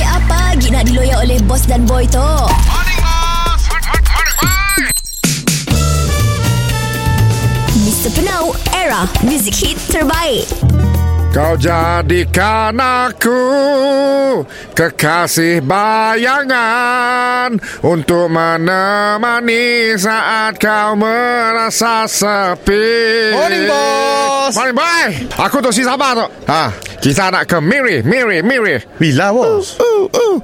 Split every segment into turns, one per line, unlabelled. lagi nak diloyak oleh bos dan boy tu? Mr. Penau, era music hit terbaik.
Kau jadikan aku kekasih bayangan Untuk menemani saat kau merasa sepi
Morning, bos.
Morning boy Aku tu si Sabah tu ha, Kita nak ke Miri, Miri, Miri
Bila bos Oh,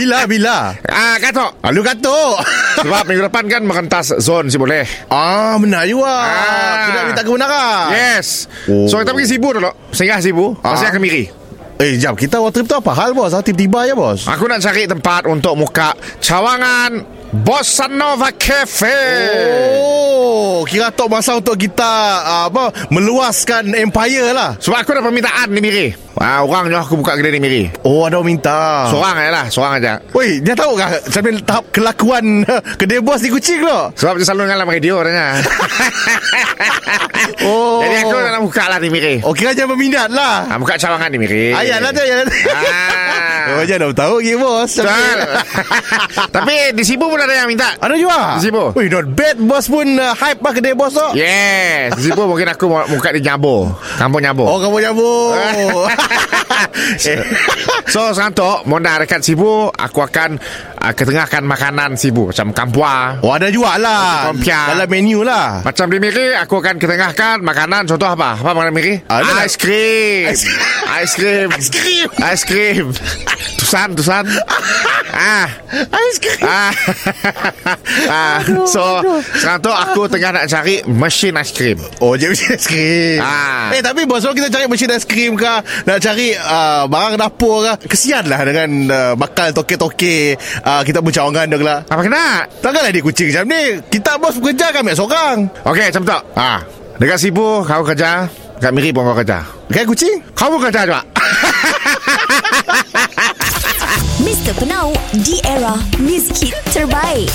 Bila bila
Ah, Katok
Alu katuk
Sebab minggu depan kan mengentas zon si boleh
Ah benar juga
Ah.
Tidak minta kebenaran
Yes
Oh.
So kita pergi Sibu dulu Singgah Sibu Pasal
Ah.
ke Miri
Eh jap kita awak trip tu apa hal bos Ah, Tiba-tiba ya bos
Aku nak cari tempat untuk muka cawangan Bossa Nova Cafe.
Oh Kira tok masa untuk kita ah, apa Meluaskan empire lah
Sebab aku ada permintaan di Miri. Ah, orang je aku buka kedai di Miri.
Oh ada orang minta so,
Seorang je lah, seorang aja.
Woi dia tahu kah Sampai tahap kelakuan Kedai bos di kucing lo
Sebab dia selalu dalam radio katanya.
Oh
Jadi aku nak buka lah di Miri.
Oh kira jangan berminat lah
Ah, buka cawangan di Miri.
Ayat lah tu ayat lah tu.
Ah.
Oh jangan tahu ke bos
Betul. Tapi di Sibu pun ada yang minta.
Ada juga
Sibu.
Wih not bad Bos pun uh, hype lah kedai bos tu
Yes, di Sibu mungkin aku mau muka di Nyabo. Kampung Nyabo.
Oh kamu nyambung
Eh, so sekarang tu Mona dekat Sibu Aku akan uh, Ketengahkan makanan Sibu Macam kampua
Oh ada juga lah
Macam kompiak.
Dalam menu lah
Macam di Miri Aku akan ketengahkan Makanan contoh apa Apa makanan Miri
Ada.
Ais krim
Ais-
Ais krim
Ais krim.
Ais krim Tusan Tusan Ah
Ais krim
Ah, ah. So Sekarang tu aku tengah nak cari Mesin ais krim
Oh jadi mesin ais krim
Ah.
Eh tapi bos Kalau kita cari mesin ais krim ke Nak cari uh, Barang dapur ke Kesian lah dengan uh, Bakal toke-toke uh, Kita bercawangan dia lah
Apa kena
Takkanlah dia kucing macam ni Kita bos bekerja kami seorang
Okay macam tu ah. Dekat Sibu Kau kerja Dekat Miri pun kau kerja
Kan kucing
Kau pun kerja juga
Mr. Penau, di era music hit terbaik.